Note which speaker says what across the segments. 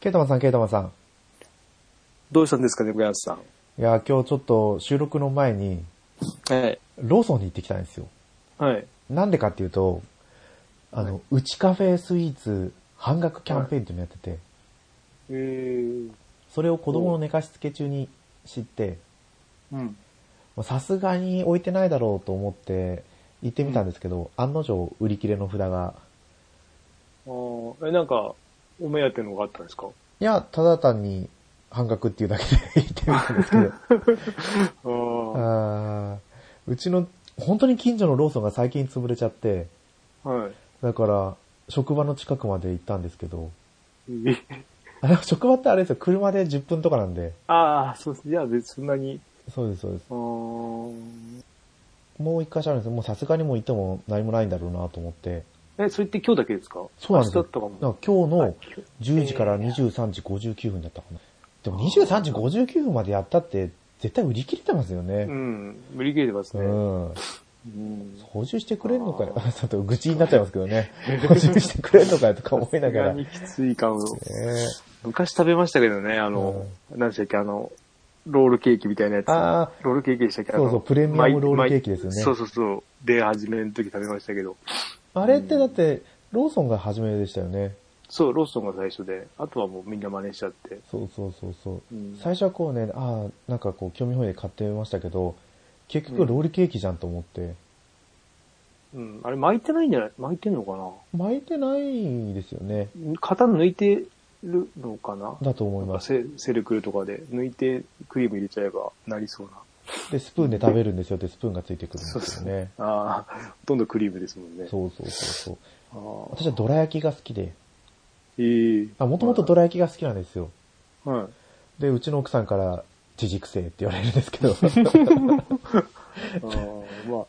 Speaker 1: ケイタマンさん、ケイタマンさん。
Speaker 2: どうしたんですかね、小安さん。
Speaker 1: いや、今日ちょっと収録の前に、
Speaker 2: はい。
Speaker 1: ローソンに行ってきたんですよ。
Speaker 2: はい。
Speaker 1: なんでかっていうと、あの、うちカフェスイーツ半額キャンペーンっていうのやってて、
Speaker 2: えー。
Speaker 1: それを子供の寝かしつけ中に知って、
Speaker 2: うん。
Speaker 1: まあさすがに置いてないだろうと思って行ってみたんですけど、案の定売り切れの札が、
Speaker 2: あーえ、なんか、お目当てのがあったんですか
Speaker 1: いや、ただ単に半額っていうだけで 行ってみたんですけ ど、
Speaker 2: ああ。
Speaker 1: あーうちの、本当に近所のローソンが最近潰れちゃって、
Speaker 2: はい。
Speaker 1: だから、職場の近くまで行ったんですけど、
Speaker 2: え
Speaker 1: あれ職場ってあれですよ、車で10分とかなんで、
Speaker 2: ああ、そうです。いや、別にそんなに。
Speaker 1: そうです、そうです。
Speaker 2: あー
Speaker 1: もう一箇所あるんですよ。もうさすがにもう行っても何もないんだろうなと思って。
Speaker 2: え、それって今日だけですか
Speaker 1: そうなんです
Speaker 2: 明
Speaker 1: よ。
Speaker 2: 日だったかも。
Speaker 1: だから今日
Speaker 2: はい
Speaker 1: の10時から23時59分だったかな。でも23時59分までやったって、絶対売り切れてますよ
Speaker 2: う
Speaker 1: ね。
Speaker 2: ん。無理切れてます
Speaker 1: う
Speaker 2: ね。
Speaker 1: ん。
Speaker 2: うん。
Speaker 1: 補充してくれんのかよ
Speaker 2: あ。
Speaker 1: ちょっと愚痴になっちゃいますけどね。 補充してくれんのかよとか思いなが
Speaker 2: さすが
Speaker 1: ら。
Speaker 2: に
Speaker 1: ね
Speaker 2: きつい感
Speaker 1: え
Speaker 2: を。昔食べましたけどね、あの、何でしたっけ、あの、ロールケーキみたいなやつ。
Speaker 1: あ
Speaker 2: ロールケーキでしたっけ
Speaker 1: そうそう
Speaker 2: あの
Speaker 1: プレミアムロールケーキですよね
Speaker 2: マイマイそうそうそう。で、初めの時食べましたけど。
Speaker 1: あれってだって、ローソンが初めでしたよね。
Speaker 2: そう、ローソンが最初で、あとはもうみんな真似しちゃって。
Speaker 1: そうそうそうそう
Speaker 2: う。ん
Speaker 1: 最初はこうね、ああ、なんかこう興味本位で買ってみましたけど、結局ロールケーキじゃんと思って。
Speaker 2: うん。あれ巻いてないんじゃない巻いてんのか
Speaker 1: 巻いてないですよね。
Speaker 2: な型抜いてるのかな
Speaker 1: だと思います。
Speaker 2: セセルクルとかで抜いてクリーム入れちゃえばなりそうな。
Speaker 1: で、スプーンで食べるんですよってスプーンがついてくるんですよね。
Speaker 2: ああ、ほとんどクリームですもんね。
Speaker 1: そうそうそうそう。
Speaker 2: あー
Speaker 1: 私はどら焼きが好きで、
Speaker 2: ええ
Speaker 1: あ、もともとどら焼きが好きなんですよ。
Speaker 2: はい。
Speaker 1: で、うちの奥さんから、自軸性って言われるんですけど。
Speaker 2: ああ、まあ。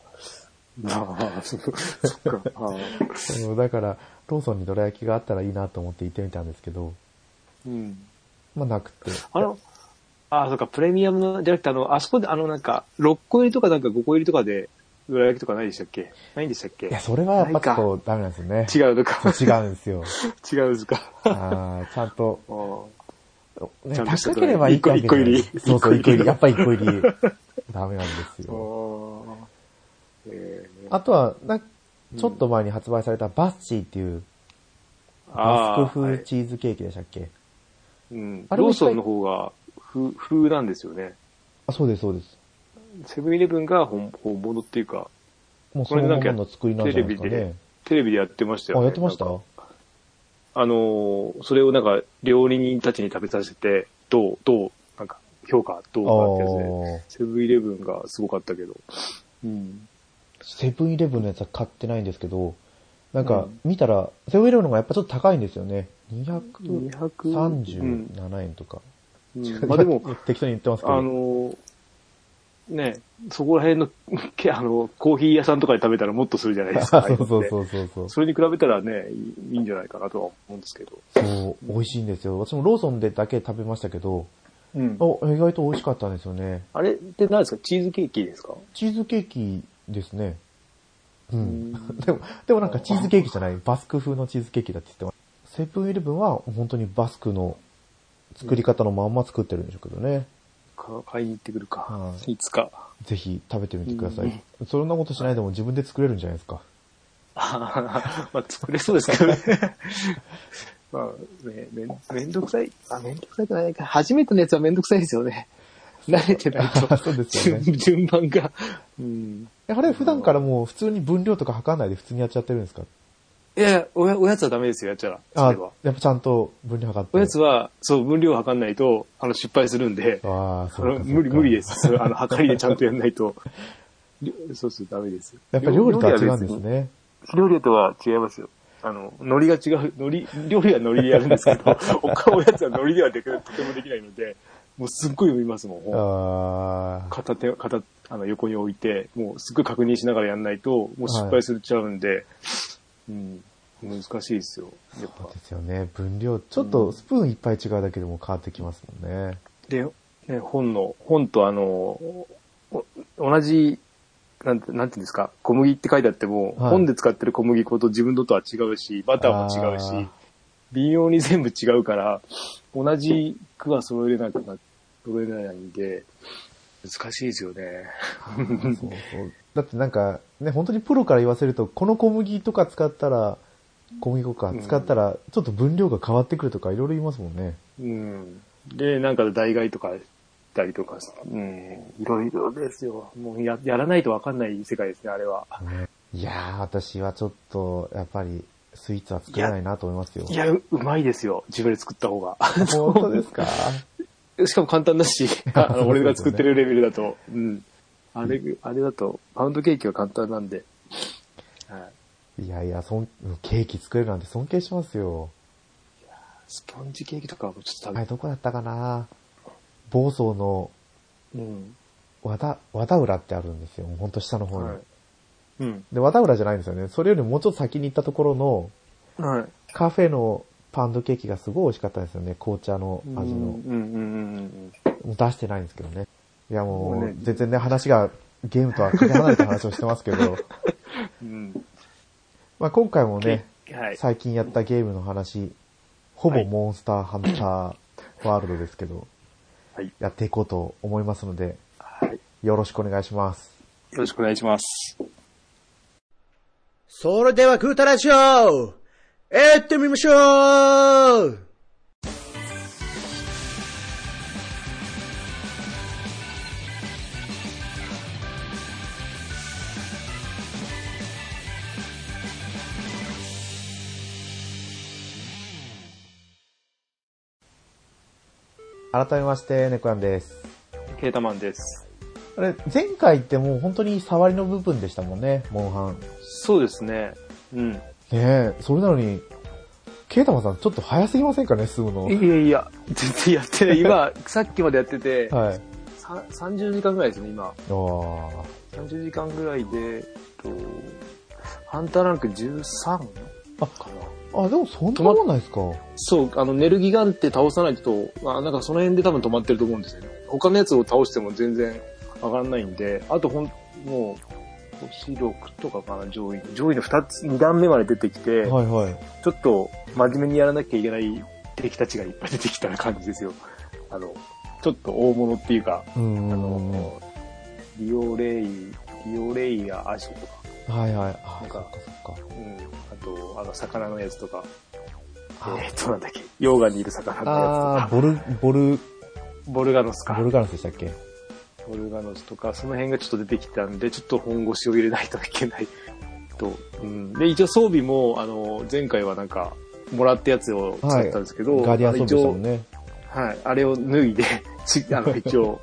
Speaker 2: まあ、そそっか。あー
Speaker 1: そうだから、ローソンにどら焼きがあったらいいなと思って行ってみたんですけど、
Speaker 2: うん。
Speaker 1: まあなくて。
Speaker 2: あの、ああ、そっか、プレミアムのじゃなくて、あの、あそこで、あの、なんか、6個入りとかなんか5個入りとかで、どら焼きとかないでしたっけないんでしたっけ
Speaker 1: いや、それはやっぱちょっとダメなんですよね。
Speaker 2: 違うのか。
Speaker 1: 違うんですよ。
Speaker 2: 違うんですか。
Speaker 1: あーちゃんと、
Speaker 2: あー
Speaker 1: ね、
Speaker 2: ちゃんとした
Speaker 1: 高ければいいってわけじゃない
Speaker 2: 一個一個入り
Speaker 1: そうそう、一個
Speaker 2: 一個入
Speaker 1: 入
Speaker 2: り
Speaker 1: り。やっぱ一個入り。ダメなんです
Speaker 2: あ
Speaker 1: よ。
Speaker 2: ー。えー
Speaker 1: あとは、な、ちょっと前に発売されたバッシーっていう、バスク
Speaker 2: あーは
Speaker 1: 風
Speaker 2: い
Speaker 1: チーズケーキでしたっけ、
Speaker 2: うん。
Speaker 1: あれも
Speaker 2: ロー
Speaker 1: 一回
Speaker 2: ソンの方が風、風なんですよね。
Speaker 1: あ、そうです、そうです。
Speaker 2: セブンイレブンが本本物っていうか、
Speaker 1: もう
Speaker 2: こ
Speaker 1: そ
Speaker 2: れ
Speaker 1: の
Speaker 2: な
Speaker 1: も
Speaker 2: んか
Speaker 1: のの作りなんじゃないですか
Speaker 2: テレビ
Speaker 1: ね。
Speaker 2: テレビでやってましたよ、
Speaker 1: あ、
Speaker 2: ね。
Speaker 1: やってました
Speaker 2: なん
Speaker 1: あ
Speaker 2: かあのーそれをなんか、料理人たちに食べさせて、どう、どう、なんか、評価、ど
Speaker 1: あ
Speaker 2: うかってやつ
Speaker 1: ー。
Speaker 2: で、セブンイレブンがすごかったけど。 うん。
Speaker 1: セブンイレブンのやつは買ってないんですけど、なん
Speaker 2: う
Speaker 1: か
Speaker 2: ん
Speaker 1: 見たら、セブンイレブンの方がやっぱちょっと高いんですよね。237
Speaker 2: 230。うん。
Speaker 1: 円とか。
Speaker 2: うんまあでも、、
Speaker 1: 適当に言ってますけ
Speaker 2: あ
Speaker 1: ど。
Speaker 2: の、ね、そこら辺の、けあの、コーヒー屋さんとかで食べたらもっとするじゃないです
Speaker 1: あ
Speaker 2: か。
Speaker 1: そうそう
Speaker 2: ああいの
Speaker 1: そう
Speaker 2: って
Speaker 1: そうそう。
Speaker 2: それに比べたらね、いいいんじゃないかなとは思うんですけど。
Speaker 1: そう、美味しいんですよ。私もローソンでだけ食べましたけど、
Speaker 2: うん
Speaker 1: あ意外と美味しかったんですよね。
Speaker 2: あれって何ですかチーズケーキですか
Speaker 1: チーズケーキですね。う。
Speaker 2: うん
Speaker 1: でも、でもなんかチーズケーキじゃない、バスク風のチーズケーキだって言ってます。セブンイレブンは本当にバスクの作り方のまんま作ってるんでしょうけどね。
Speaker 2: か買いに行ってくるか
Speaker 1: は。い
Speaker 2: いつ か。
Speaker 1: ぜひ食べてみてくださ
Speaker 2: うん
Speaker 1: い。そんなことしないでも自分で作れるんじゃないですか。
Speaker 2: まあ、作れそうですけどね。 まあ、ね、めん、めんどくさい。あ、めんどくさいくないか。初めてのやつはめんどくさいですよね。慣れてない と。
Speaker 1: そうですよね。
Speaker 2: 順順番が。うん。
Speaker 1: えあれ普段からもう普通に分量とか測らないで普通にやっちゃってるんですか
Speaker 2: いやいや、おや、おやつはダメですよ、やっちゃら。そ
Speaker 1: あ
Speaker 2: れは。、
Speaker 1: やっぱちゃんと分量測って。
Speaker 2: おやつは、そう、分量を測んないと、あの、失敗するんで、
Speaker 1: ああ、
Speaker 2: あ
Speaker 1: そうか
Speaker 2: の
Speaker 1: そうか
Speaker 2: 無理、無理です。それあの、測りでちゃんとやんないと。りょそうそう、ダメです。
Speaker 1: やっぱ料理とは違うんです
Speaker 2: 料理は別に
Speaker 1: ね。
Speaker 2: 料理とは違いますよ。あの、海苔が違う、海苔、料理は海苔でやるんです けど、他のやつは海苔ではできとてもできないので、もうすっごい読みますもん。もう
Speaker 1: ああ、
Speaker 2: 片手、片、あの、横に置いて、もうすっごい確認しながらやんないと、もう失敗するちゃうんで、うん、難しいですよ。やっぱ
Speaker 1: そう。ですよね。分量、ちょっとスプーンいっぱい違うだけでも変わってきますもんね。
Speaker 2: で、ね、本の、本とあの、お同じ、なんて、なんていうんですか、小麦って書いてあっても、
Speaker 1: はい
Speaker 2: 本で使ってる小麦粉と自分のとは違うし、バターも違
Speaker 1: あ
Speaker 2: う
Speaker 1: ー
Speaker 2: し、微妙に全部違うから、同じ句は揃えれなくな、揃えられないんで、難しいですよね。
Speaker 1: そうそう。だってなんか、ね、本当にプロから言わせると、この小麦とか使ったら、小麦粉か
Speaker 2: うん
Speaker 1: 使ったら、ちょっと分量が変わってくるとか、いろいろ言いますもんね。
Speaker 2: うん。で、なんか代替とかしたりとか、うん、いろいろですよ。もうややらないとわかんない世界ですね、あれは。
Speaker 1: ねいやー、私はちょっと、やっぱり、スイーツは作れないなと思いますよ
Speaker 2: い。や、ううまいですよ。自分で作った方が。
Speaker 1: 本当 ですか
Speaker 2: しかも簡単だし、あ
Speaker 1: そうですよ
Speaker 2: の
Speaker 1: ね
Speaker 2: 俺が作ってるレベルだと。うん。あれ、あれだと、パウンドケーキは簡単なんで。はい。
Speaker 1: いやいや、そん、ケーキ作れるなんて尊敬しますよ。
Speaker 2: スポンジケーキとかはもうちょっと食
Speaker 1: あ
Speaker 2: べ、
Speaker 1: れ、どこだったかな房総の
Speaker 2: うん。
Speaker 1: 和田、和田浦ってあるんですよ。ほんと下の方に。
Speaker 2: はい。うん。
Speaker 1: で、和田浦じゃないんですよね。それよりもうちょっと先に行ったところの、
Speaker 2: はい。
Speaker 1: カフェのパウンドケーキがすごい美味しかったんですよね。紅茶の
Speaker 2: うん
Speaker 1: 味の。も
Speaker 2: うんうんうん
Speaker 1: う出してないんですけどね。いやも
Speaker 2: もう
Speaker 1: う
Speaker 2: ね、
Speaker 1: 全然ね、話が、ゲームとはかけ離れた話をしてますけ ど、
Speaker 2: うん。
Speaker 1: まあ今回もね、
Speaker 2: うん。はい。
Speaker 1: 最近やったゲームの話、ほぼモンスターハンターワールドですけど、
Speaker 2: はい。
Speaker 1: やっていこうと思いますので、
Speaker 2: はい。よ
Speaker 1: よろしくお願いします。
Speaker 2: ろしくお願いします。
Speaker 3: それではグータラジオ行ってみましょう
Speaker 1: 改めまして、ネコヤンです。
Speaker 2: ケータマンです。
Speaker 1: あれ、前回ってもう本当に触りの部分でしたもんね、モンハン。
Speaker 2: そうですね。うん。
Speaker 1: ねえ、それなのに、ケイタマさんちょっと早すぎませんかね、進むの。
Speaker 2: いやいや、全然やってない。今、さっきまでやってて、
Speaker 1: はい。
Speaker 2: さ30時間ぐらいですね、今。
Speaker 1: あ
Speaker 2: 30時間ぐらいで、えっと、ハンターランク13か
Speaker 1: あ
Speaker 2: な。
Speaker 1: あ。あ、でもそんなもんないですか。
Speaker 2: そう、あの、ネルギガンって倒さないと、あなんかその辺で多分止まってると思うんですよね。他のやつを倒しても全然上がらないんで、あとほん、もう、星6とかかな、上位。上位の2つ、2段目まで出てきて、
Speaker 1: はいはい。
Speaker 2: ちょっと真面目にやらなきゃいけない敵たちがいっぱい出てきた感じですよ。あの、ちょっと大物っていうか、
Speaker 1: うーん。
Speaker 2: あの、リオレイ、リオレイやアシュとか、
Speaker 1: はいはい。あ
Speaker 2: な、ん
Speaker 1: そっ
Speaker 2: か
Speaker 1: かそっか。
Speaker 2: うん、あと、あの、魚のやつとか、
Speaker 1: あ
Speaker 2: えーっと、なんだっけ、溶岩にいる魚のや
Speaker 1: あー、ボル、ボル、
Speaker 2: つとか、ボルガノスか
Speaker 1: ボ。ルガラスでしたっけ
Speaker 2: ボルガノスとか、その辺がちょっと出てきたんで、ちょっと本腰を入れないといけない。 と、うん。で、一応装備も、あの、前回はなんか、もらったやつを使ったんですけど、
Speaker 1: ガーディアンソンでしたも
Speaker 2: あの
Speaker 1: んね。
Speaker 2: 一応はい、あれを脱いで、ちあの、一応、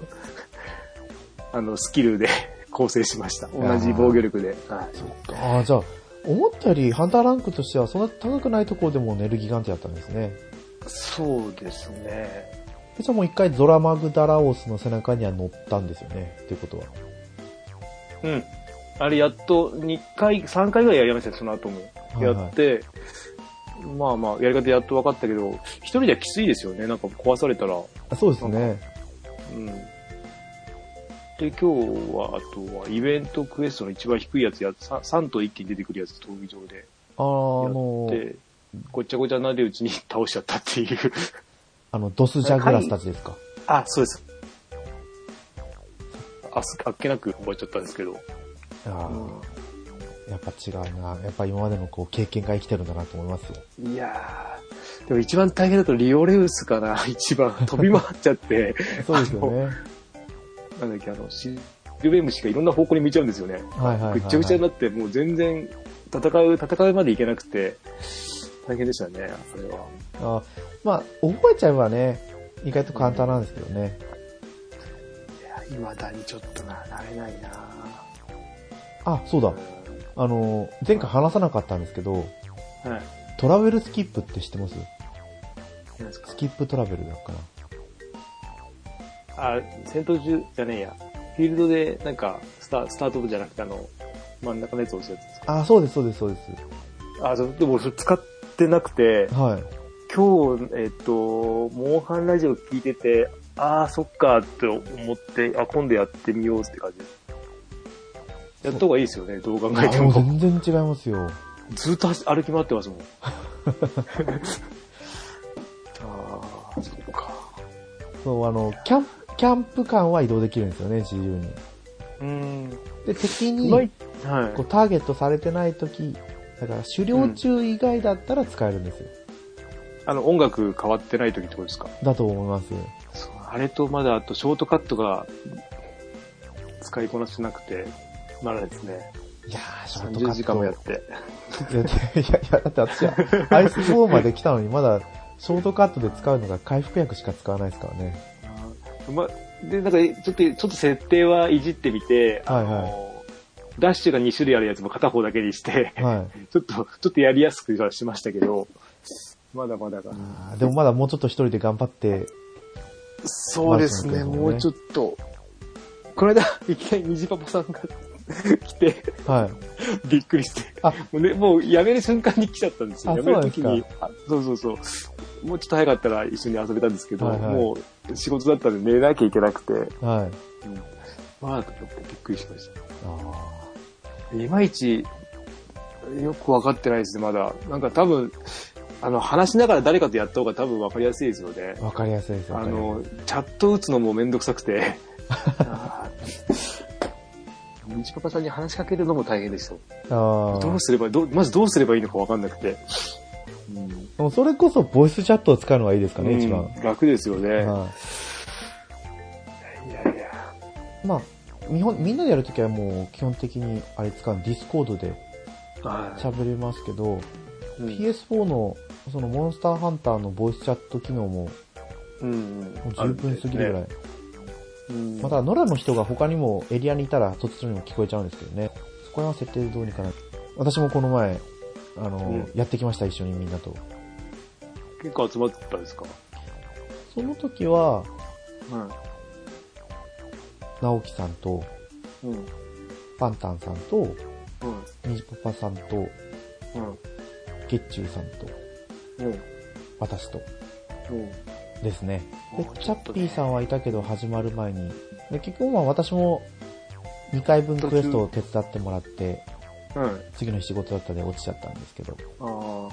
Speaker 2: あの、スキルで構成しました。同じ防御力で。はい。
Speaker 1: ああ、じゃあ、思ったよりハンターランクとしてはそんな高くないところでもネルギガンテやったんですね。
Speaker 2: そうですね。
Speaker 1: で、じゃあもう一回ゾラマグダラオスの背中には乗ったんですよね。っていうことは。
Speaker 2: うん。あれ、やっと2回、3回ぐらいやりましたよ、その後も。
Speaker 1: はい
Speaker 2: や
Speaker 1: はい
Speaker 2: って、まあまあ、やり方やっと分かったけど、一人ではきついですよね、なんか壊されたら。う
Speaker 1: あそうですね。
Speaker 2: ん。で、今日は、あとは、イベントクエストの一番低いやつや、さ3と一気に出てくるやつ、闘技場で。
Speaker 1: あーあのー、
Speaker 2: で、ごっちゃごちゃなでうちに倒しちゃったっていう。
Speaker 1: あの、ドスジャグラスたちですか。
Speaker 2: あ、そうです。あすあっけなく終わっちゃったんですけど。
Speaker 1: ああ、やっぱ違うな。やっぱ今までのこう経験が生きてるんだなと思い ますよ。
Speaker 2: いやー、でも一番大変だとリオレウスかな、 一番。飛び回っちゃって、
Speaker 1: そうですよね。
Speaker 2: なんだっけ、あの、シルベムシがいろんな方向に見ちゃうんですよね。
Speaker 1: はいはいはいはい
Speaker 2: ぐっちゃぐちゃになって、もう全然、戦う、戦うまでいけなくて、大変でしたね、あれは。
Speaker 1: あまあ、覚えちゃえばね、意外と簡単なんですけどね。
Speaker 2: いや、未だにちょっとな、慣れないな
Speaker 1: あ、そうだ。あの、前回話さなかったんですけど、
Speaker 2: はい。
Speaker 1: トラベルスキップって知ってます
Speaker 2: 何ですか
Speaker 1: スキップトラベルだから。
Speaker 2: あ、戦闘中じゃねえや。フィールドで、なんか、スタスタートじゃなくて、あの、真ん中のやつを押すやつですか。
Speaker 1: あ、そうです、そうです、そうです。
Speaker 2: あ、そうでもそれ使ってなくて、
Speaker 1: はい。
Speaker 2: 今日、えっと、モンハンラジオ聞いてて、ああ、そっかって思って、あ、今度やってみようって感じです。やった方がいいですよね、どう考えて
Speaker 1: あもう
Speaker 2: も。
Speaker 1: 全然違いますよ。
Speaker 2: ずっと走歩き回ってますもん。
Speaker 1: そう、あの、キャンプ、キャンプ間は移動できるんですよね、自由に。
Speaker 2: うん。
Speaker 1: で、敵
Speaker 2: うまい
Speaker 1: に、。
Speaker 2: はい
Speaker 1: こう、ターゲットされてない時、だから、狩猟中以外だったら使えるんですよ。
Speaker 2: あの、音楽変わってない時ってことですか
Speaker 1: だと思います。
Speaker 2: そうあれとまだ、あと、ショートカットが、使いこなせなくて、まだですね。
Speaker 1: いやー、ショートカ
Speaker 2: 30時
Speaker 1: ッ
Speaker 2: 間
Speaker 1: ト。
Speaker 2: もや
Speaker 1: や
Speaker 2: っ
Speaker 1: い
Speaker 2: て。
Speaker 1: や、いや、いやだって私は、アイス4まで来たのに、まだ、ショートカットで使うのが回復薬しか使わないですからね。
Speaker 2: ま、で、なんか、ちょっと、ちょっと設定はいじってみて、
Speaker 1: はいは
Speaker 2: あのダッシュが2種類あるやつも片方だけにして、
Speaker 1: い。はい。
Speaker 2: ちょっと、ちょっとやりやすくはしましたけど、まだまだが。
Speaker 1: あーでもまだもうちょっと一人で頑張って、
Speaker 2: そうですね、
Speaker 1: まあそうですね
Speaker 2: もうちょっと。この間、 いきなり虹パパさんが 来て、
Speaker 1: はい。
Speaker 2: びっくりして。
Speaker 1: あ
Speaker 2: もうね、もうやめる瞬間に来ちゃったんですよ。
Speaker 1: あ
Speaker 2: やめる時にあそうそうそう。もうちょっと早かったら一緒に遊べたんですけど、
Speaker 1: はいはい
Speaker 2: もう仕事だったんで寝なきゃいけなくて、
Speaker 1: はい。
Speaker 2: まあ、と思ってびっくりしました。
Speaker 1: あ
Speaker 2: いまいち、よくわかってないですね、まだ。なんか多分、あの、話しながら誰かとやった方が多分わかりやすいですよね
Speaker 1: あ、。わかりやすいです。わ
Speaker 2: あ
Speaker 1: かりやすい
Speaker 2: の、チャット打つのもめんどくさく て。あーみちパパさんに話しかけるのも大変でした。
Speaker 1: あ
Speaker 2: ど
Speaker 1: ー
Speaker 2: うすれば、どうまずどうすればいいのかわかんなくて。うん
Speaker 1: でもそれこそボイスチャットを使うのがいいですかね、一番。
Speaker 2: うん楽ですよね。
Speaker 1: はい
Speaker 2: やいや。
Speaker 1: い、まあ、日本、みんなでやるときはもう基本的にあれ使うディスコードで
Speaker 2: は
Speaker 1: 喋れますけど、
Speaker 2: い。うん
Speaker 1: PS4 のそのモンスターハンターのボイスチャット機能も
Speaker 2: うんうん
Speaker 1: もう十分すぎるぐらい。
Speaker 2: うん
Speaker 1: また、野良の人が他にもエリアにいたら突然にも聞こえちゃうんですけどね。そこら辺は設定でどうにかな。私もこの前、あの、
Speaker 2: うん
Speaker 1: やってきました、一緒にみんなと。
Speaker 2: 結構集まってたんですか
Speaker 1: その時は、
Speaker 2: う
Speaker 1: 直樹さんと、
Speaker 2: ん。うん。
Speaker 1: パンタンさんと、
Speaker 2: うん。
Speaker 1: ニジパパさんと、
Speaker 2: うん。
Speaker 1: ゲッチュウさんと、
Speaker 2: うん。
Speaker 1: 私と
Speaker 2: うん
Speaker 1: ですね。で
Speaker 2: もう、
Speaker 1: チ
Speaker 2: ちょ
Speaker 1: ャ
Speaker 2: っと
Speaker 1: ッ
Speaker 2: ね
Speaker 1: ピーさんはいたけど始まる前に。で、結局まあ私も2回分クエストを手伝ってもらって、
Speaker 2: はい。
Speaker 1: 次の日仕事だったんで落ちちゃったんですけど。
Speaker 2: あ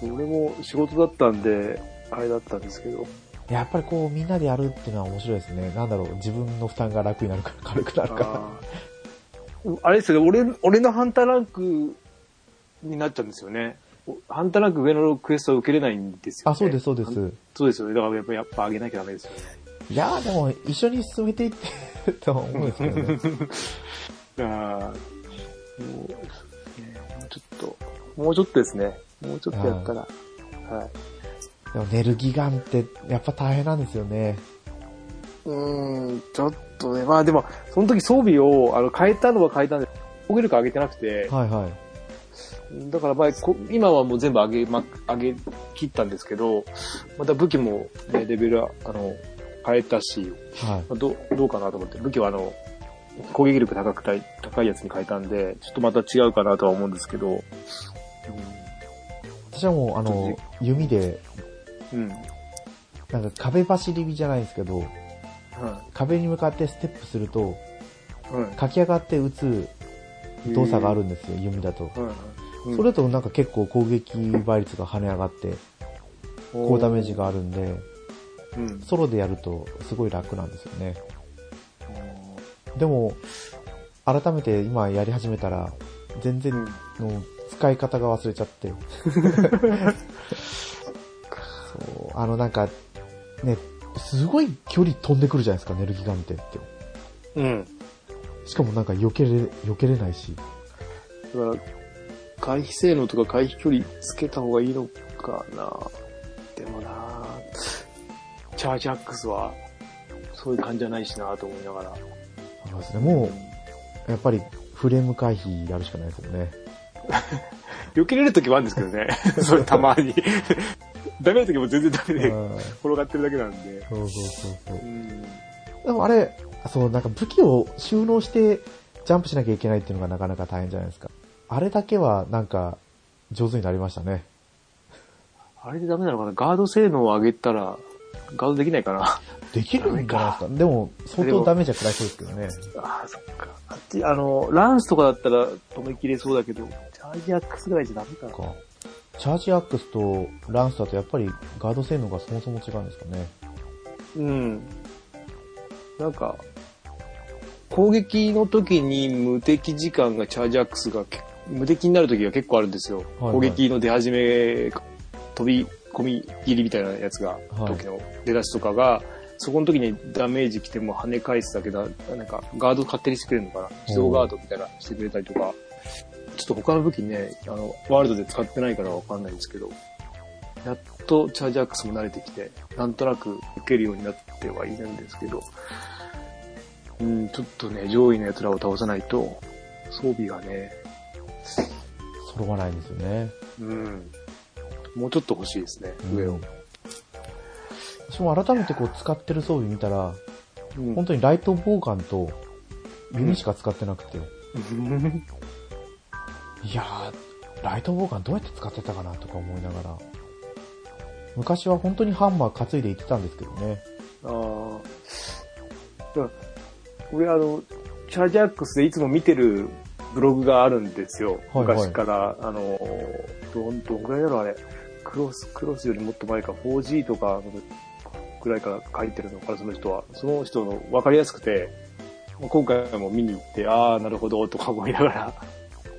Speaker 2: あ。俺も仕事だったんで、あれだったんですけど。
Speaker 1: やっぱりこうみんなでやるっていうのは面白いですね。なんだろう、自分の負担が楽になるから 軽くなるか
Speaker 2: あーあれですよね、俺、俺のハンターランクになっちゃうんですよね。おハンターランク上のクエストは受けれないんです
Speaker 1: ら。
Speaker 2: よ、ね。
Speaker 1: あ、そうです、そうです。
Speaker 2: そうですよね。だからやっぱ、やっぱ上げなきゃダメですよね。
Speaker 1: いやーでも一緒に進めていって とは思うんですけどね。
Speaker 2: だから、もう、ねもうちょっと、もうちょっとですね。もうちょっとやったら。はい。
Speaker 1: でも寝るギガンってやっぱ大変なんですよね。
Speaker 2: うーん、ちょっとね。まあでも、その時装備を、あの、変えたのは変えたんで、防御力上げてなくて、
Speaker 1: はいはい。
Speaker 2: だからまあ、こ今はもう全部上げま、上げ切ったんですけど、また武器も、ね、レベルは、あの、変えたし、
Speaker 1: はい。
Speaker 2: まあどう、どうかなと思って、武器はあの、攻撃力高くたい、高いやつに変えたんで、ちょっとまた違うかなとは思うんですけど、
Speaker 1: 私はもうあの、弓で、
Speaker 2: うん。うん。
Speaker 1: なんか壁走り火じゃないですけど、
Speaker 2: は
Speaker 1: 壁に向かってステップすると、
Speaker 2: い。は
Speaker 1: 駆け上がって撃つ
Speaker 2: い。
Speaker 1: 動作があるんですよ、弓だと。
Speaker 2: うん。はい。
Speaker 1: それだとなんか結構攻撃倍率が跳ね上がって、高ダメージがあるんで、
Speaker 2: うん。うん。
Speaker 1: ソロでやるとすごい楽なんですよね。でも、改めて今やり始めたら、全然
Speaker 2: うん
Speaker 1: の使い方が忘れちゃ って。そう、あのなんか、ね、すごい距離飛んでくるじゃないですか、ネルギガンテって。
Speaker 2: うん。
Speaker 1: しかもなんか避けれ、避けれないし。
Speaker 2: だから、回避性能とか回避距離つけた方がいいのかな。でもなチャージアックスは、そういう感じじゃないしなと思いながら。
Speaker 1: そうですね。もう、やっぱりフレーム回避やるしかないですよね。
Speaker 2: 避けれる時はあるんですけど ね。それたま に。ダメな時も全然ダメで、
Speaker 1: うん
Speaker 2: 転がってるだけなんで。
Speaker 1: そうそうそうそうう。
Speaker 2: ん。
Speaker 1: でもあれ、そう、なんか武器を収納してジャンプしなきゃいけないっていうのがなかなか大変じゃないですか。あれだけはなんか上手になりましたね。
Speaker 2: あれでダメなのかなガード性能を上げたら、ガードできないかな。
Speaker 1: できるんじゃないですか。でも、相当ダメージは食らいそうですけどね。
Speaker 2: ああ、そっか。あっち、あの、ランスとかだったら止めきれそうだけど、チャージアックスぐらいじゃダメかな。
Speaker 1: かチャージアックスとランスだとやっぱりガード性能がそもそも違うんですかね。
Speaker 2: うん。なんか、攻撃の時に無敵時間がチャージアックスがけ無敵になる時が結構あるんですよ。
Speaker 1: はい
Speaker 2: 攻撃の出始め、飛び込み切りみたいなやつが、
Speaker 1: はい
Speaker 2: 時の出だしとかが、そこの時にダメージ来ても跳ね返すだけだ、なんかガード勝手にしてくれるのかな自動ガードみたいなしてくれたりとか、ちょっと他の武器ね、あの、ワールドで使ってないからわかんないんですけど、やっとチャージアックスも慣れてきて、なんとなく受けるようになってはいるんですけど、うん、ちょっとね、上位の奴らを倒さないと、装備がね、
Speaker 1: 揃わないんですよね。
Speaker 2: うん、もうちょっと欲しいですね、上を。
Speaker 1: 私も改めてこう使ってる装備見たら、
Speaker 2: うん
Speaker 1: 本当にライトボーガンと弓しか使ってなくて、いやー、ライトボーガンどうやって使ってたかなとか思いながら。昔は本当にハンマー担いで行ってたんですけどね。
Speaker 2: あーだから俺あの、チャージアックスでいつも見てるブログがあるんですよ。
Speaker 1: はいはい
Speaker 2: 昔から、あの、どん、どんぐらいだろうあれ。クロス、クロスよりもっと前か、4G とかぐらいから書いてるのから、その人は。その人の分かりやすくて、今回も見に行って、ああ、なるほど、とか思いながら、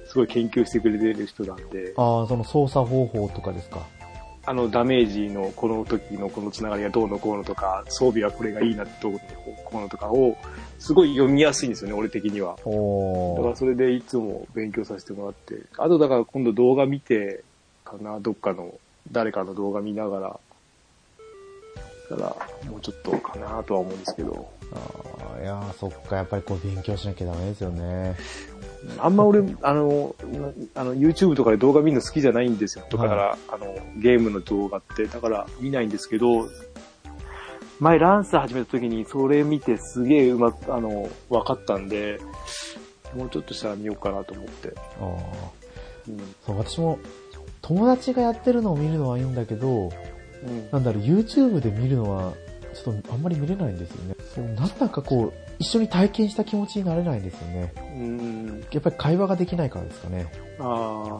Speaker 2: すごい研究してくれてる人なんで。
Speaker 1: ああ、その操作方法とかですか。
Speaker 2: あのダメージのこの時のこのつながりがどうのこうのとか、装備はこれがいいなどうのこうのとかを、すごい読みやすいんですよね、俺的には。だか
Speaker 1: お
Speaker 2: ら
Speaker 1: ー。
Speaker 2: それでいつも勉強させてもらって。あとだから今度動画見て、かな、どっかの、誰かの動画見ながら、だからもうちょっとかなとは思うんですけど。
Speaker 1: あーいやー、そっか、やっぱりこう勉強しなきゃダメですよね。
Speaker 2: あんま俺、あの、なあの、YouTube とかで動画見るの好きじゃないんですよ。だから、あの、ゲームの動画って、だから見ないんですけど、前ランサー始めた時にそれ見てすげえうまく、あの、分かったんで、もうちょっとしたら見ようかなと思って。
Speaker 1: あー
Speaker 2: うん。
Speaker 1: そう、私も友達がやってるのを見るのはいいんだけど、
Speaker 2: うん。
Speaker 1: なんだろう、YouTube で見るのは、ちょっとあんまり見れないんですよね。そう、なんだかこう、一緒に体験した気持ちになれないんですよね。
Speaker 2: うん。
Speaker 1: やっぱり会話ができないからですかね。
Speaker 2: ああ。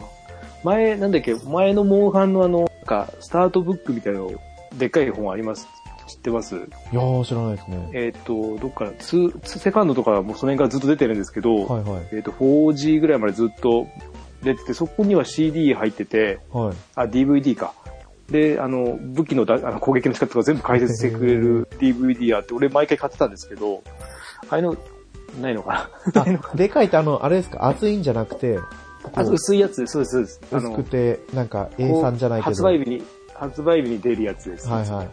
Speaker 2: 前、なんだっけ、前のモンハンのあの、なんか、スタートブックみたいなの、でっかい本あります。知ってます
Speaker 1: いやー、知らないですね。
Speaker 2: えっ、と、どっから、ツー、ツーセカンドとかもその辺からずっと出てるんですけど、
Speaker 1: はいはい。
Speaker 2: えっ、と、4G ぐらいまでずっと出てて、そこには CD 入ってて、
Speaker 1: はい。
Speaker 2: あ、DVD か。で、あの、武器のだあの攻撃の仕方とか全部解説してくれる DVD あって、俺毎回買ってたんですけど、あれの、ないのかなないのか
Speaker 1: あ、でかいってあの、あれですか、厚いんじゃなくて、
Speaker 2: なあ
Speaker 1: こう
Speaker 2: 薄いやつです、そうです、そうです。あ
Speaker 1: 薄
Speaker 2: の
Speaker 1: くて、なんか A さんじゃないけど。
Speaker 2: 発売日に、発売日に出るやつです。
Speaker 1: はいはい。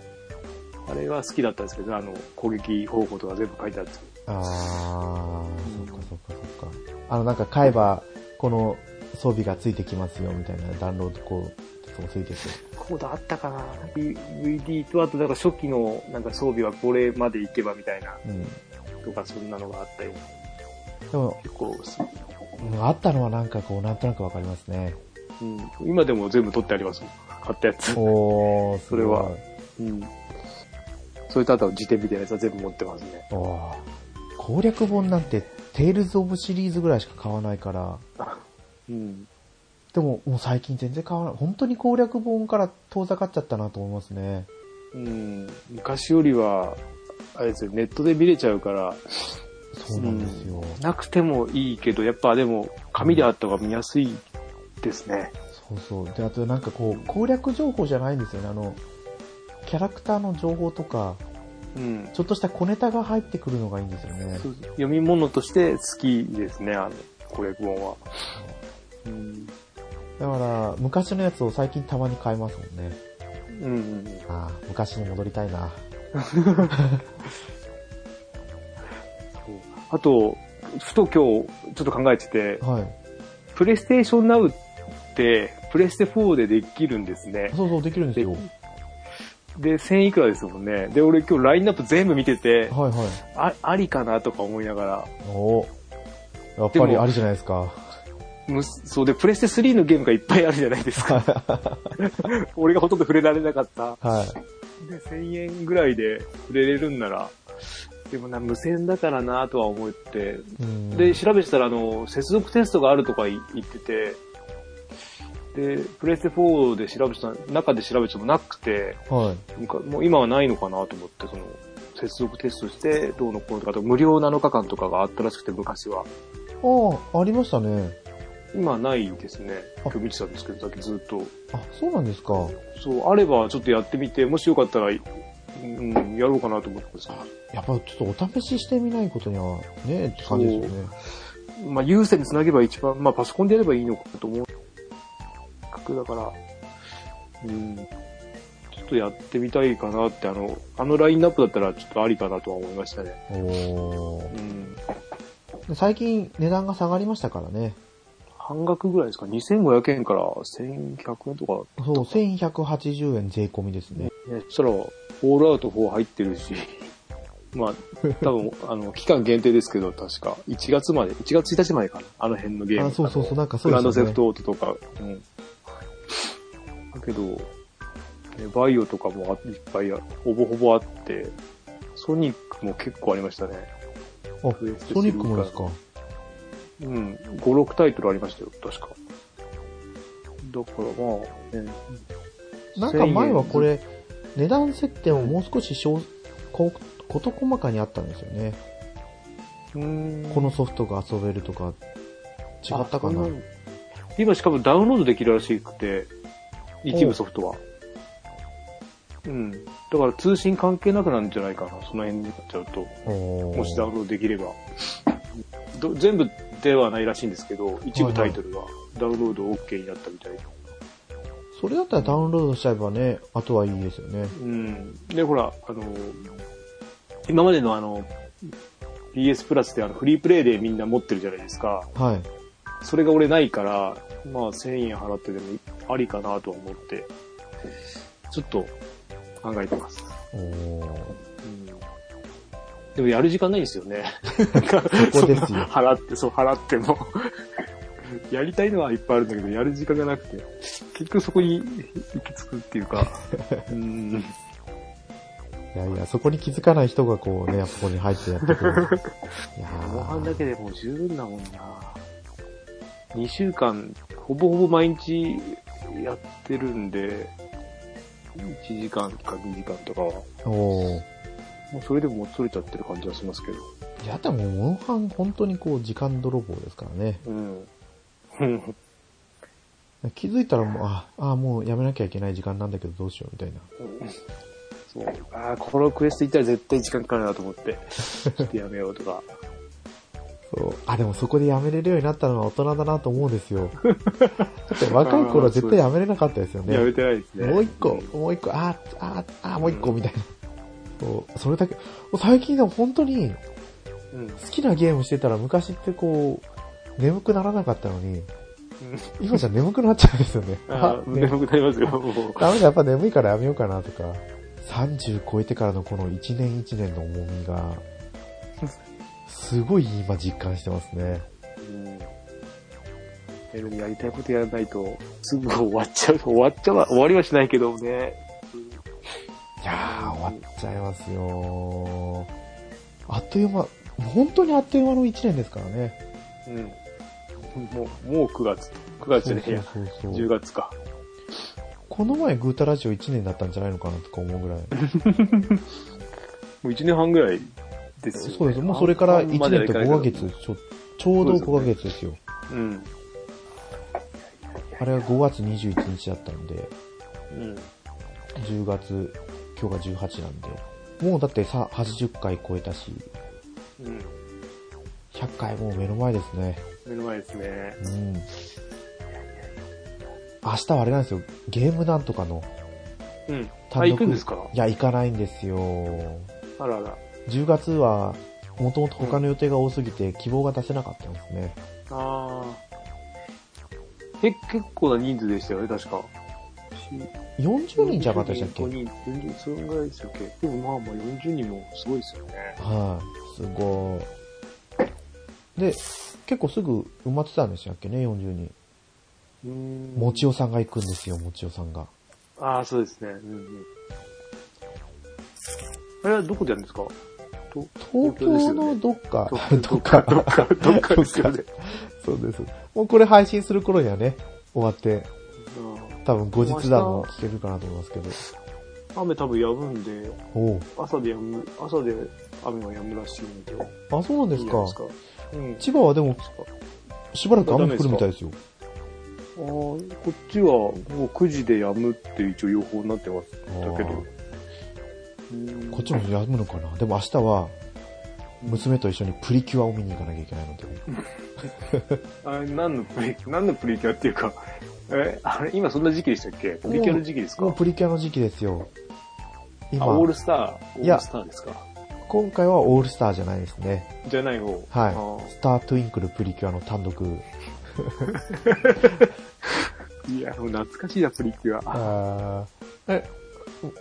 Speaker 2: あれは好きだったんですけどね、あの、攻撃方法とか全部書いてあるんですけど。
Speaker 1: あー、
Speaker 2: うん
Speaker 1: そっかそっかそっか。あの、なんか買えば、この装備がついてきますよ、みたいな、ダウンロードこう、そうついてて。
Speaker 2: コードあったかな ?DVD と、あと、だから初期の、なんか装備はこれまでいけばみたいな、
Speaker 1: うん。で
Speaker 2: とか、そんなのがあったり、
Speaker 1: も、
Speaker 2: 結構、
Speaker 1: うんあったのはなんかこう、なんとなくわかりますね。
Speaker 2: うん、今でも全部取ってありますもん買ったやつ。
Speaker 1: おー、すごい
Speaker 2: それは。うん。それとあとは辞典みたいなやつは全部持ってますね。
Speaker 1: おー攻略本なんて、テイルズ・オブ・シリーズぐらいしか買わないから、
Speaker 2: うん。
Speaker 1: でも、もう最近全然買わない。本当に攻略本から遠ざかっちゃったなと思いますね。
Speaker 2: うん。昔よりは、あれですよ、ネットで見れちゃうから、
Speaker 1: そうなんですよ。
Speaker 2: なくてもいいけど、やっぱでも、紙であった方が見やすいですね。
Speaker 1: そうそう。で、あとなんかこう、攻略情報じゃないんですよね。あの、キャラクターの情報とか、
Speaker 2: うん。
Speaker 1: ちょっとした小ネタが入ってくるのがいいんですよね。
Speaker 2: そう読み物として好きですね、あの、攻略本は。うん。
Speaker 1: だから、昔のやつを最近たまに買いますもんね。
Speaker 2: うんうんうん。
Speaker 1: ああ、昔に戻りたいな。
Speaker 2: そうあと、ふと今日、ちょっと考えてて、
Speaker 1: はい。
Speaker 2: プレイステーションナウって、プレステ4でできるんですね。
Speaker 1: そうそう、できるんですよ。は
Speaker 2: でで、1000いくらですもんね。で、俺今日ラインナップ全部見てて
Speaker 1: い、はい。
Speaker 2: あ、ありかなとか思いながら、
Speaker 1: おーやっぱりありじゃないですか。
Speaker 2: むそうで、プレステ3のゲームがいっぱいあるじゃない ですか。俺がほとんど触れられなかった。
Speaker 1: はい。
Speaker 2: で、1000円ぐらいで触れれるんなら、でもな、無線だからなとは思って、
Speaker 1: うん
Speaker 2: で、調べてたら、あの、接続テストがあるとかい言ってて、で、プレステ4で調べてた、中で調べてもなくて、
Speaker 1: はい。
Speaker 2: なんかもう今はないのかなと思って、その、接続テストして、どうのこうのとか、あと無料7日間とかがあったらしくて、昔は。
Speaker 1: ああ、ありましたね。
Speaker 2: 今ないですね。
Speaker 1: あ
Speaker 2: 今日見てたんですけど、さっきずっと。
Speaker 1: あ、そうなんですか。
Speaker 2: そう、あればちょっとやってみて、もしよかったら、うん、やろうかなと思ってます。
Speaker 1: やっぱちょっとお試ししてみないことにはね、って感じですよね。
Speaker 2: まあ、有線につなげば一番、まあ、パソコンでやればいいのかと思う。だから、うん、ちょっとやってみたいかなって、あの、あのラインナップだったらちょっとありかなとは思いましたね。
Speaker 1: おー
Speaker 2: うん。
Speaker 1: で最近値段が下がりましたからね。
Speaker 2: 半額ぐらいですか ?2500 円から1100円と
Speaker 1: そ
Speaker 2: か。
Speaker 1: う、1180円税込みですね。
Speaker 2: ね、そしたら、オールアウト4入ってるし、 まあ、多分、 あの、期間限定ですけど、確か、1月まで、1月1日までかな、あの辺のゲーム。
Speaker 1: あそうそうそう
Speaker 2: あの
Speaker 1: なんかそう
Speaker 2: グ
Speaker 1: で
Speaker 2: ラ
Speaker 1: す
Speaker 2: ン
Speaker 1: よ
Speaker 2: ド
Speaker 1: ね
Speaker 2: セフトオートとか、うん。だけど、ねバイオとかもあいっぱいあ、ほぼほぼあって、ソニックも結構ありましたね。
Speaker 1: あ、ソニックもですか。
Speaker 2: うん、5、6タイトルありましたよ、確か。だからまあ、ね、
Speaker 1: なんか前はこれ、値段設定ももう少し小、こ、こと細かにあったんですよね。
Speaker 2: うん
Speaker 1: このソフトが遊べるとか、違ったか
Speaker 2: あそ
Speaker 1: な
Speaker 2: う。の今しかもダウンロードできるらしくて、一部ソフトは。うん。だから通信関係なくなるんじゃないかな、その辺になっちゃうと。
Speaker 1: おー
Speaker 2: もしダウンロードできれば。ど全部ではないらしいんですけど、一部タイトルはダウンロード OK になったみたいな。
Speaker 1: それだったらダウンロードしちゃえばね、あとはいいですよね。
Speaker 2: うん。で、ほら、あの、今までのあの、PS プラスであのフリープレイでみんな持ってるじゃないですか。
Speaker 1: はい。
Speaker 2: それが俺ないから、まあ1000円払ってでもありかなとは思って、ちょっと考えてます。
Speaker 1: おー
Speaker 2: うん、でもやる時間ないんですよね。
Speaker 1: そこですよ
Speaker 2: 払って、 そう、払っても。 やりたいのはいっぱいあるんだけど、やる時間がなくて、結局そこに行き着くってい うか、うん、
Speaker 1: いやいや、そこに気づかない人がこうね、そこに入ってやってく る。いや
Speaker 2: 後半だ
Speaker 1: ー
Speaker 2: けでもう十分だもんな。2週間、ほぼほぼ毎日やってるんで、1時間か2時間とかは、も
Speaker 1: おー
Speaker 2: うそれでももう取れちゃってる感じはしますけど。
Speaker 1: いや、でも、モンハン本当にこう、時間泥棒ですからね。
Speaker 2: うん。 うん
Speaker 1: 気づいたらもう、あ、あもうやめなきゃいけない時間なんだけどどうしようみたいな。
Speaker 2: そう。ああ、このクエスト行ったら絶対時間かかるなと思って、ちょっとやめようとか。
Speaker 1: そう。あ、でもそこでやめれるようになったのは大人だなと思うんです よ。だって若い頃は絶対やめれなかったですよ ね。
Speaker 2: やめてないですね。
Speaker 1: もう一個、もう一個、あーあーあーもう一個みたいな。そう、それだけ、最近でも本当に
Speaker 2: うん。
Speaker 1: 好きなゲームしてたら昔ってこう、眠くならなかったのに、今じゃ眠くなっちゃうんですよね。
Speaker 2: ああ、
Speaker 1: あね
Speaker 2: 眠くなりますよ、もう。
Speaker 1: ダメだ、やっぱ眠いからやめようかなとか、30超えてからのこの1年1年の重みが、すごい今実感してますね。
Speaker 2: うんでもやりたいことやらないと、すぐ終わっちゃう。終わっちゃう。終わりはしないけどね。
Speaker 1: いやー、終わっちゃいますよあっという間、本当にあっという間の1年ですからね。
Speaker 2: うん。もう、もう9月。9月じゃねえや。
Speaker 1: そうそうそ
Speaker 2: 10
Speaker 1: う。
Speaker 2: 月か。
Speaker 1: この前グータラジオ1年だったんじゃないのかなとか思うぐらい。
Speaker 2: もう1年半ぐらいですよ、ね。
Speaker 1: そうです。もうそれから1年と5ヶ
Speaker 2: 半
Speaker 1: 月、ちょちょうど5ヶ月ですよ。
Speaker 2: まではいかないけ
Speaker 1: あれは5月21日だったんで、
Speaker 2: ど。うん。うん。
Speaker 1: 10月、今日が18なんで、もうだってさ、80回超えたし、
Speaker 2: うん。
Speaker 1: 100回もう目の前ですね。
Speaker 2: 目の前ですね。
Speaker 1: うん。明日はあれなんですよ、ゲームなんとかの
Speaker 2: うん。あ、
Speaker 1: 単独。
Speaker 2: 行くんですか
Speaker 1: いや、行かないんですよ。
Speaker 2: あらあら。
Speaker 1: 10月は、もともと他の予定が多すぎて希望が出せなかったんですね。
Speaker 2: ああ。え、結構な人数でしたよね、確か。
Speaker 1: 40人じゃなかったでしたっけ
Speaker 2: ?5 人、40人、そんぐらいでしたっけでもまあまあ40人もすごいですよね。
Speaker 1: はい、すごい。で、結構すぐ埋まってたんでしたっけね、40人。
Speaker 2: うーん
Speaker 1: もちおさんが行くんですよ、もちおさんが。
Speaker 2: ああ、そうですね。うんうん。あれはどこでやるんですかと
Speaker 1: 東京のどっか、
Speaker 2: ど っか、どっか、どっかですよね。
Speaker 1: そうです。もうこれ配信する頃にはね、終わって、
Speaker 2: うん
Speaker 1: 多分後日談も聞けるかなと思いますけど。
Speaker 2: 雨多分止むんで、
Speaker 1: おう
Speaker 2: 朝で止む、朝で雨は止むらしいんで。
Speaker 1: あ、そうなんですか
Speaker 2: いいじゃないです
Speaker 1: 千葉はでも
Speaker 2: か。うん。
Speaker 1: しばらく雨降るみたいですよ。
Speaker 2: あーこっちはもう9時で止むって一応予報になってますだけ
Speaker 1: あ
Speaker 2: ど
Speaker 1: ー。
Speaker 2: うん
Speaker 1: こっちもやむのかなでも明日は、娘と一緒にプリキュアを見に行かなきゃいけないので。
Speaker 2: あれ、何のプリ、 何のプリキュアっていうか、 え、あれ、今そんな時期でしたっけプリキュアの時期です
Speaker 1: もう
Speaker 2: か
Speaker 1: プリキュアの時期ですよ。
Speaker 2: あ、
Speaker 1: 今、
Speaker 2: オールスター、オ
Speaker 1: い
Speaker 2: ー
Speaker 1: や
Speaker 2: ルスターですか
Speaker 1: 今回はオールスターじゃないですね。
Speaker 2: じゃない方。
Speaker 1: はい
Speaker 2: あー
Speaker 1: スタートゥインクルプリキュアの単独。
Speaker 2: いや、もう懐かしいな、プリキュア。
Speaker 1: あーえ、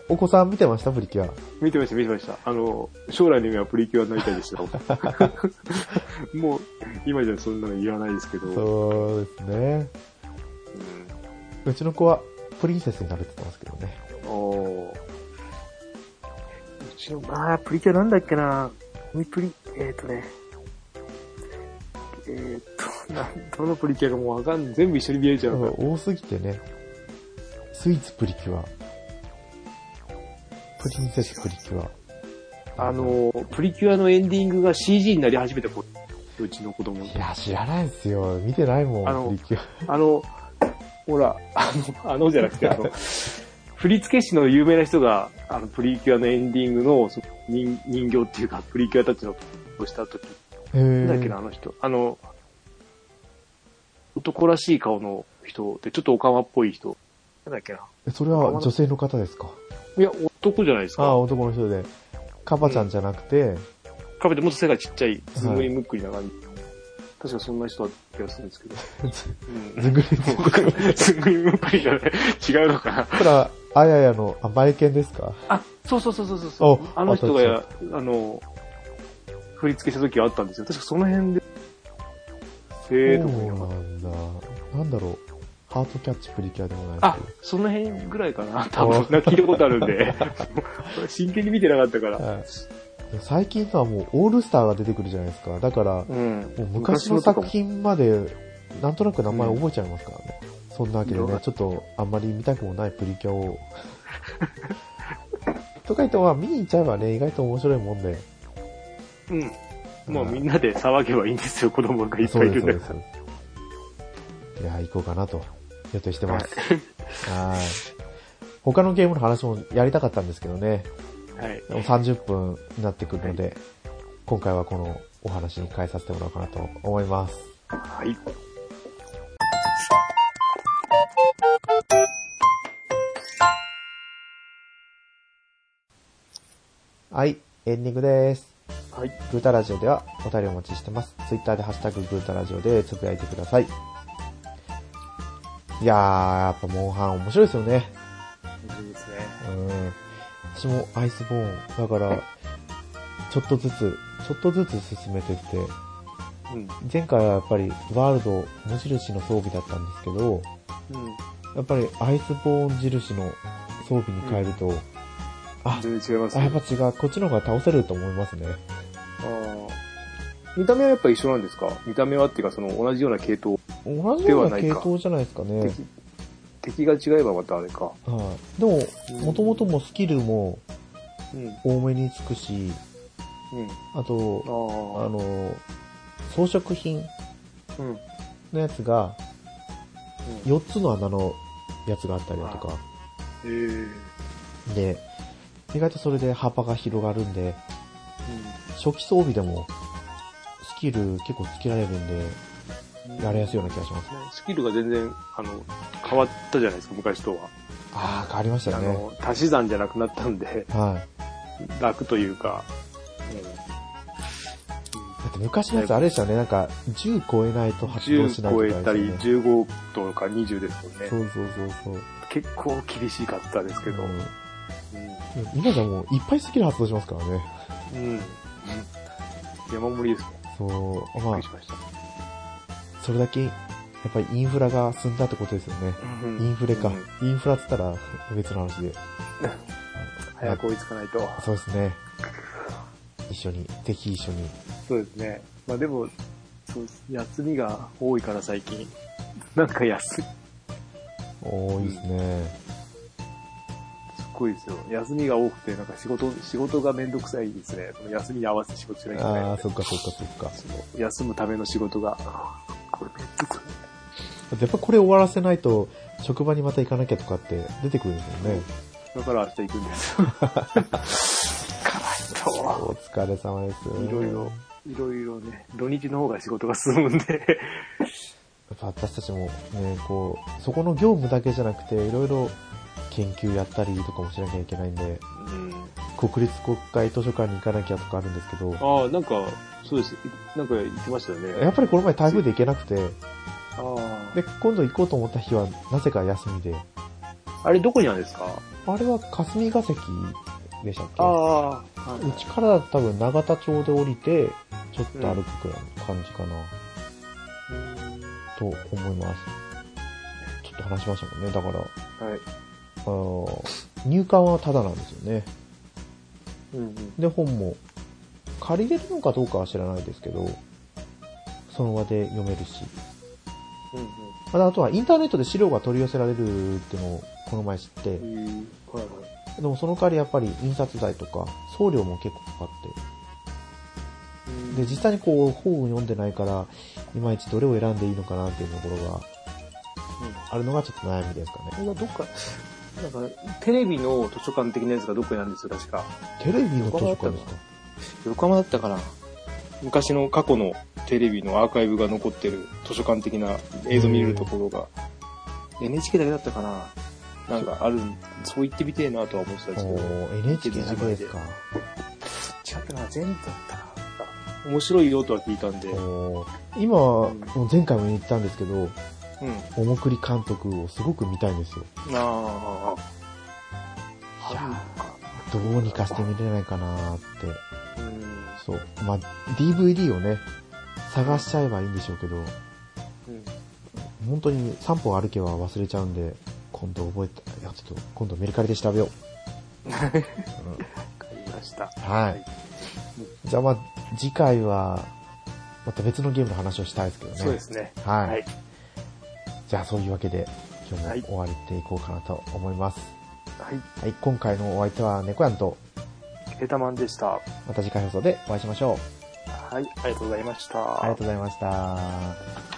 Speaker 1: おお子さん見てましたプリキュア。
Speaker 2: 見てました、見てました。あの、将来の夢はプリキュアになりた いですよ。 もう、今じゃそんなの言わないですけど。うん
Speaker 1: そうですね。うちの子はプリンセスになるって言ってますけどね。
Speaker 2: おーうちの、あープリキュアなんだっけなミプリ、えっ、ー、とね。えっ、ー、と、 なんどのプリキュアかもうわかん全部一緒に見えちゃうから。
Speaker 1: 多すぎてね。スイーツプリキュア。プリンセスプリキュア。
Speaker 2: あ、の、プリキュアのエンディングが CG になり始めた頃、うちの子供の
Speaker 1: い。や、知らないですよ。見てないも
Speaker 2: あの
Speaker 1: ん、プリキュア。
Speaker 2: あの、ほら、あの、あのじゃなくて、 あの、振付師の有名な人が、あの、プリキュアのエンディングのその人人形っていうか、プリキュアたちのをした時、
Speaker 1: へー
Speaker 2: なんだっけな、あの人。あの、男らしい顔の人で、ちょっとオカマっぽい人。なんだっけな。
Speaker 1: えそれは女性の方ですか
Speaker 2: いや、男じゃないです
Speaker 1: ああ、
Speaker 2: か。
Speaker 1: 男の人で。カバちゃんじゃなくて、
Speaker 2: カベてもっと背がちっちゃい、ずんぐりむっくりな感じ。確かそんな人だった気がするんですけど。うん
Speaker 1: ずんぐり
Speaker 2: もうわかんないすぐにむっくりじゃない違うのかな
Speaker 1: たら、あややの、あ、マイケンですか
Speaker 2: あ、そうそうそうそうそうそう。
Speaker 1: お
Speaker 2: あの人が
Speaker 1: あ
Speaker 2: や、あの、振り付けした時があったんですよ。確かその辺で。ええと思いな
Speaker 1: そ
Speaker 2: が
Speaker 1: うな
Speaker 2: ら
Speaker 1: んだ。なんだろう。ハートキャッチプリキュアでもない
Speaker 2: あ
Speaker 1: し。、
Speaker 2: その辺ぐらい かな。多分、なんか聞いたことあるんで。 真剣に見てなかったから。
Speaker 1: はい最近のはもうオールスターが出てくるじゃないですか。だから、も
Speaker 2: うん。
Speaker 1: う昔の作
Speaker 2: 昔
Speaker 1: 品まで、なんとなく名前覚えちゃいますからね。そんなわけで
Speaker 2: いろい
Speaker 1: ね
Speaker 2: ろ、
Speaker 1: ちょっとあんまり見たくもないプリキュアを。とか言っても、まあ見に行っちゃえばね、意外と面白いもんで。
Speaker 2: とかも。うん。まあみんなで騒げばいいんですよ。子供がいっ
Speaker 1: そ
Speaker 2: ぱ
Speaker 1: う
Speaker 2: いい
Speaker 1: です、
Speaker 2: る
Speaker 1: そ
Speaker 2: ん
Speaker 1: う
Speaker 2: だ
Speaker 1: で
Speaker 2: か
Speaker 1: す。いや、行こうかなと、予定してます。はい。他のゲームの話もやりたかったんですけどね、
Speaker 2: ら。はい。
Speaker 1: でも30分になってくるので、今回はこのお話に変えさせてもらおうかなと思います。
Speaker 2: はい。
Speaker 1: はい、エンディングです。
Speaker 2: はい。
Speaker 1: グータラジオではお便りお待ちしてます。ツイッターでハッシュタググータラジオでつぶやいてください。いやー、やっぱモンハン面白いですよね。
Speaker 2: いいですね。
Speaker 1: うん。私もアイスボーン。だから、ちょっとずつ、ちょっとずつ進めてって、
Speaker 2: うん。
Speaker 1: 前回はやっぱりワールド無印の装備だったんですけど、
Speaker 2: うん。
Speaker 1: やっぱりアイスボーン印の装備に変えると、あ、
Speaker 2: 全然違います
Speaker 1: あ、やっ
Speaker 2: ね。
Speaker 1: ぱ違う、こっちの方が倒せると思いますね。
Speaker 2: あー見た目はやっぱ一緒なんですか見た目はっていうか、その同じような系統。
Speaker 1: 同じ
Speaker 2: で
Speaker 1: よう
Speaker 2: は
Speaker 1: な
Speaker 2: ないか
Speaker 1: 系統じゃないですかね。はい、
Speaker 2: 敵敵が違えばまたあれか。
Speaker 1: でも
Speaker 2: うん、
Speaker 1: もともともスキルも
Speaker 2: うん。うん。
Speaker 1: 多めにつくし、あ
Speaker 2: あ
Speaker 1: と、あ
Speaker 2: あ。
Speaker 1: の、装飾品
Speaker 2: うん。うん
Speaker 1: のやつが、4つの穴のやつがあったりだとか、
Speaker 2: ええうん。
Speaker 1: で、意外とそれで幅が広がるんで、初期装備でもスキル結構つけられるんで、やりやすいような気がします。
Speaker 2: スキルが全然、あの、変わったじゃないですか、昔とは。
Speaker 1: ああ、変わりました
Speaker 2: あ
Speaker 1: ね。
Speaker 2: の、足し算じゃなくなったんで、
Speaker 1: はい。
Speaker 2: 楽というか。
Speaker 1: だって昔のやつあれでしたよね、なんか10超えないと発動し
Speaker 2: 10
Speaker 1: ないと
Speaker 2: 超
Speaker 1: か
Speaker 2: え
Speaker 1: です
Speaker 2: た
Speaker 1: よ
Speaker 2: り、
Speaker 1: ね。
Speaker 2: 15とか20ですもんね。
Speaker 1: そうそうそうそう。
Speaker 2: 結構厳しかったですけど。
Speaker 1: うん
Speaker 2: うん
Speaker 1: 今じゃもういっぱいスキル発動しますからね。
Speaker 2: うん。山盛りです
Speaker 1: そう、
Speaker 2: もん。
Speaker 1: まあ
Speaker 2: びっくりし、ました。
Speaker 1: それだけ、やっぱりインフラが進んだってことですよね。
Speaker 2: うん
Speaker 1: インフレか
Speaker 2: うん。
Speaker 1: インフラっつったら別の話で。
Speaker 2: 早く追いつかないと。
Speaker 1: そうですね。一緒に、ぜひ一緒に。
Speaker 2: そうですね。まあでも、そう休みが多いから最近。なんか休み、
Speaker 1: おー、いいですね。
Speaker 2: こいいですよ。休みが多くて、なんか仕事、仕事がめんどくさいですね。その休みに合わせて仕事しなきゃいけない
Speaker 1: あ
Speaker 2: ん
Speaker 1: あ、
Speaker 2: で。
Speaker 1: そっかそっかそっか。
Speaker 2: その休むための仕事が。これめんどくさい
Speaker 1: やっぱこれ終わらせないと、職場にまた行かなきゃとかって出てくるんですよね。
Speaker 2: だから明日行くんですよ。かわい
Speaker 1: お疲れ様です。
Speaker 2: そう。いろいろ、いろいろね、土日の方が仕事が進むんで。
Speaker 1: やっぱ私たちもね、こう、そこの業務だけじゃなくて、いろいろ研究やったりとかもしなきゃいけないんで、
Speaker 2: うん。
Speaker 1: 国立国会図書館に行かなきゃとかあるんですけど、
Speaker 2: ああ、なんか、そうです。なんか行きましたよね。
Speaker 1: やっぱりこの前台風で行けなくて、
Speaker 2: ああ。
Speaker 1: で、今度行こうと思った日は、なぜか休みで、
Speaker 2: あれどこにあるんですか
Speaker 1: あれは霞が関でしたっけ
Speaker 2: ああ、は
Speaker 1: うちから多分長田町で降りて、ちょっと歩くくらいの感じかな、と思います。ちょっと話しましたもんね。だから、
Speaker 2: はい。
Speaker 1: あの、入館はタダなんですよね。
Speaker 2: うんうん。
Speaker 1: で、本も借りれるのかどうかは知らないですけど、その場で読めるし。
Speaker 2: う
Speaker 1: ああとはインターネットで資料が取り寄せられるってのをこの前知って、
Speaker 2: んうん。うん。はいは
Speaker 1: で
Speaker 2: い。
Speaker 1: もその代わりやっぱり印刷代とか送料も結構かかって、で、実際にこう、本を読んでないから、いまいちどれを選んでいいのかなっていうところがあるのがちょっと悩みですかね。
Speaker 2: うん、どっか、なんか、テレビの図書館的なやつがどっかにあるんですよ、確か。
Speaker 1: テレビの図書館ですか
Speaker 2: 横浜だったかな。昔の過去のテレビのアーカイブが残ってる図書館的な映像見れるところが、NHK だけだったかな。なんかある、そう言ってみてえなとは思ってたんですけ
Speaker 1: お
Speaker 2: ど。
Speaker 1: ー NHK だけですか。
Speaker 2: 違ったな、全部だったな。面白いよとは聞いたんで。うん。
Speaker 1: おー今、もう前回も言ったんですけど、
Speaker 2: あ
Speaker 1: 桃栗監督をすごく見たいんですよ。
Speaker 2: あ。
Speaker 1: いやどうにかして見れないかなーって。
Speaker 2: うん。
Speaker 1: そう。まあ、DVD をね、探しちゃえばいいんでしょうけど、
Speaker 2: うん。
Speaker 1: 本当に散歩歩けば忘れちゃうんで、今度覚えて、いや、ちょっと今度メルカリで調べよう。うん
Speaker 2: わかりました。
Speaker 1: はい。じゃあまあ、次回は、また別のゲームの話をしたいですけどね。
Speaker 2: そうですね。
Speaker 1: はい。
Speaker 2: はい。
Speaker 1: じゃあそういうわけで、今
Speaker 2: は
Speaker 1: 日
Speaker 2: い
Speaker 1: も終わりていこうかなと思います。
Speaker 2: はい。
Speaker 1: はい、今回のお相手は猫やんと、
Speaker 2: ケータマンでした。
Speaker 1: また次回放送でお会いしましょう。
Speaker 2: はい、ありがとうございました。
Speaker 1: ありがとうございました。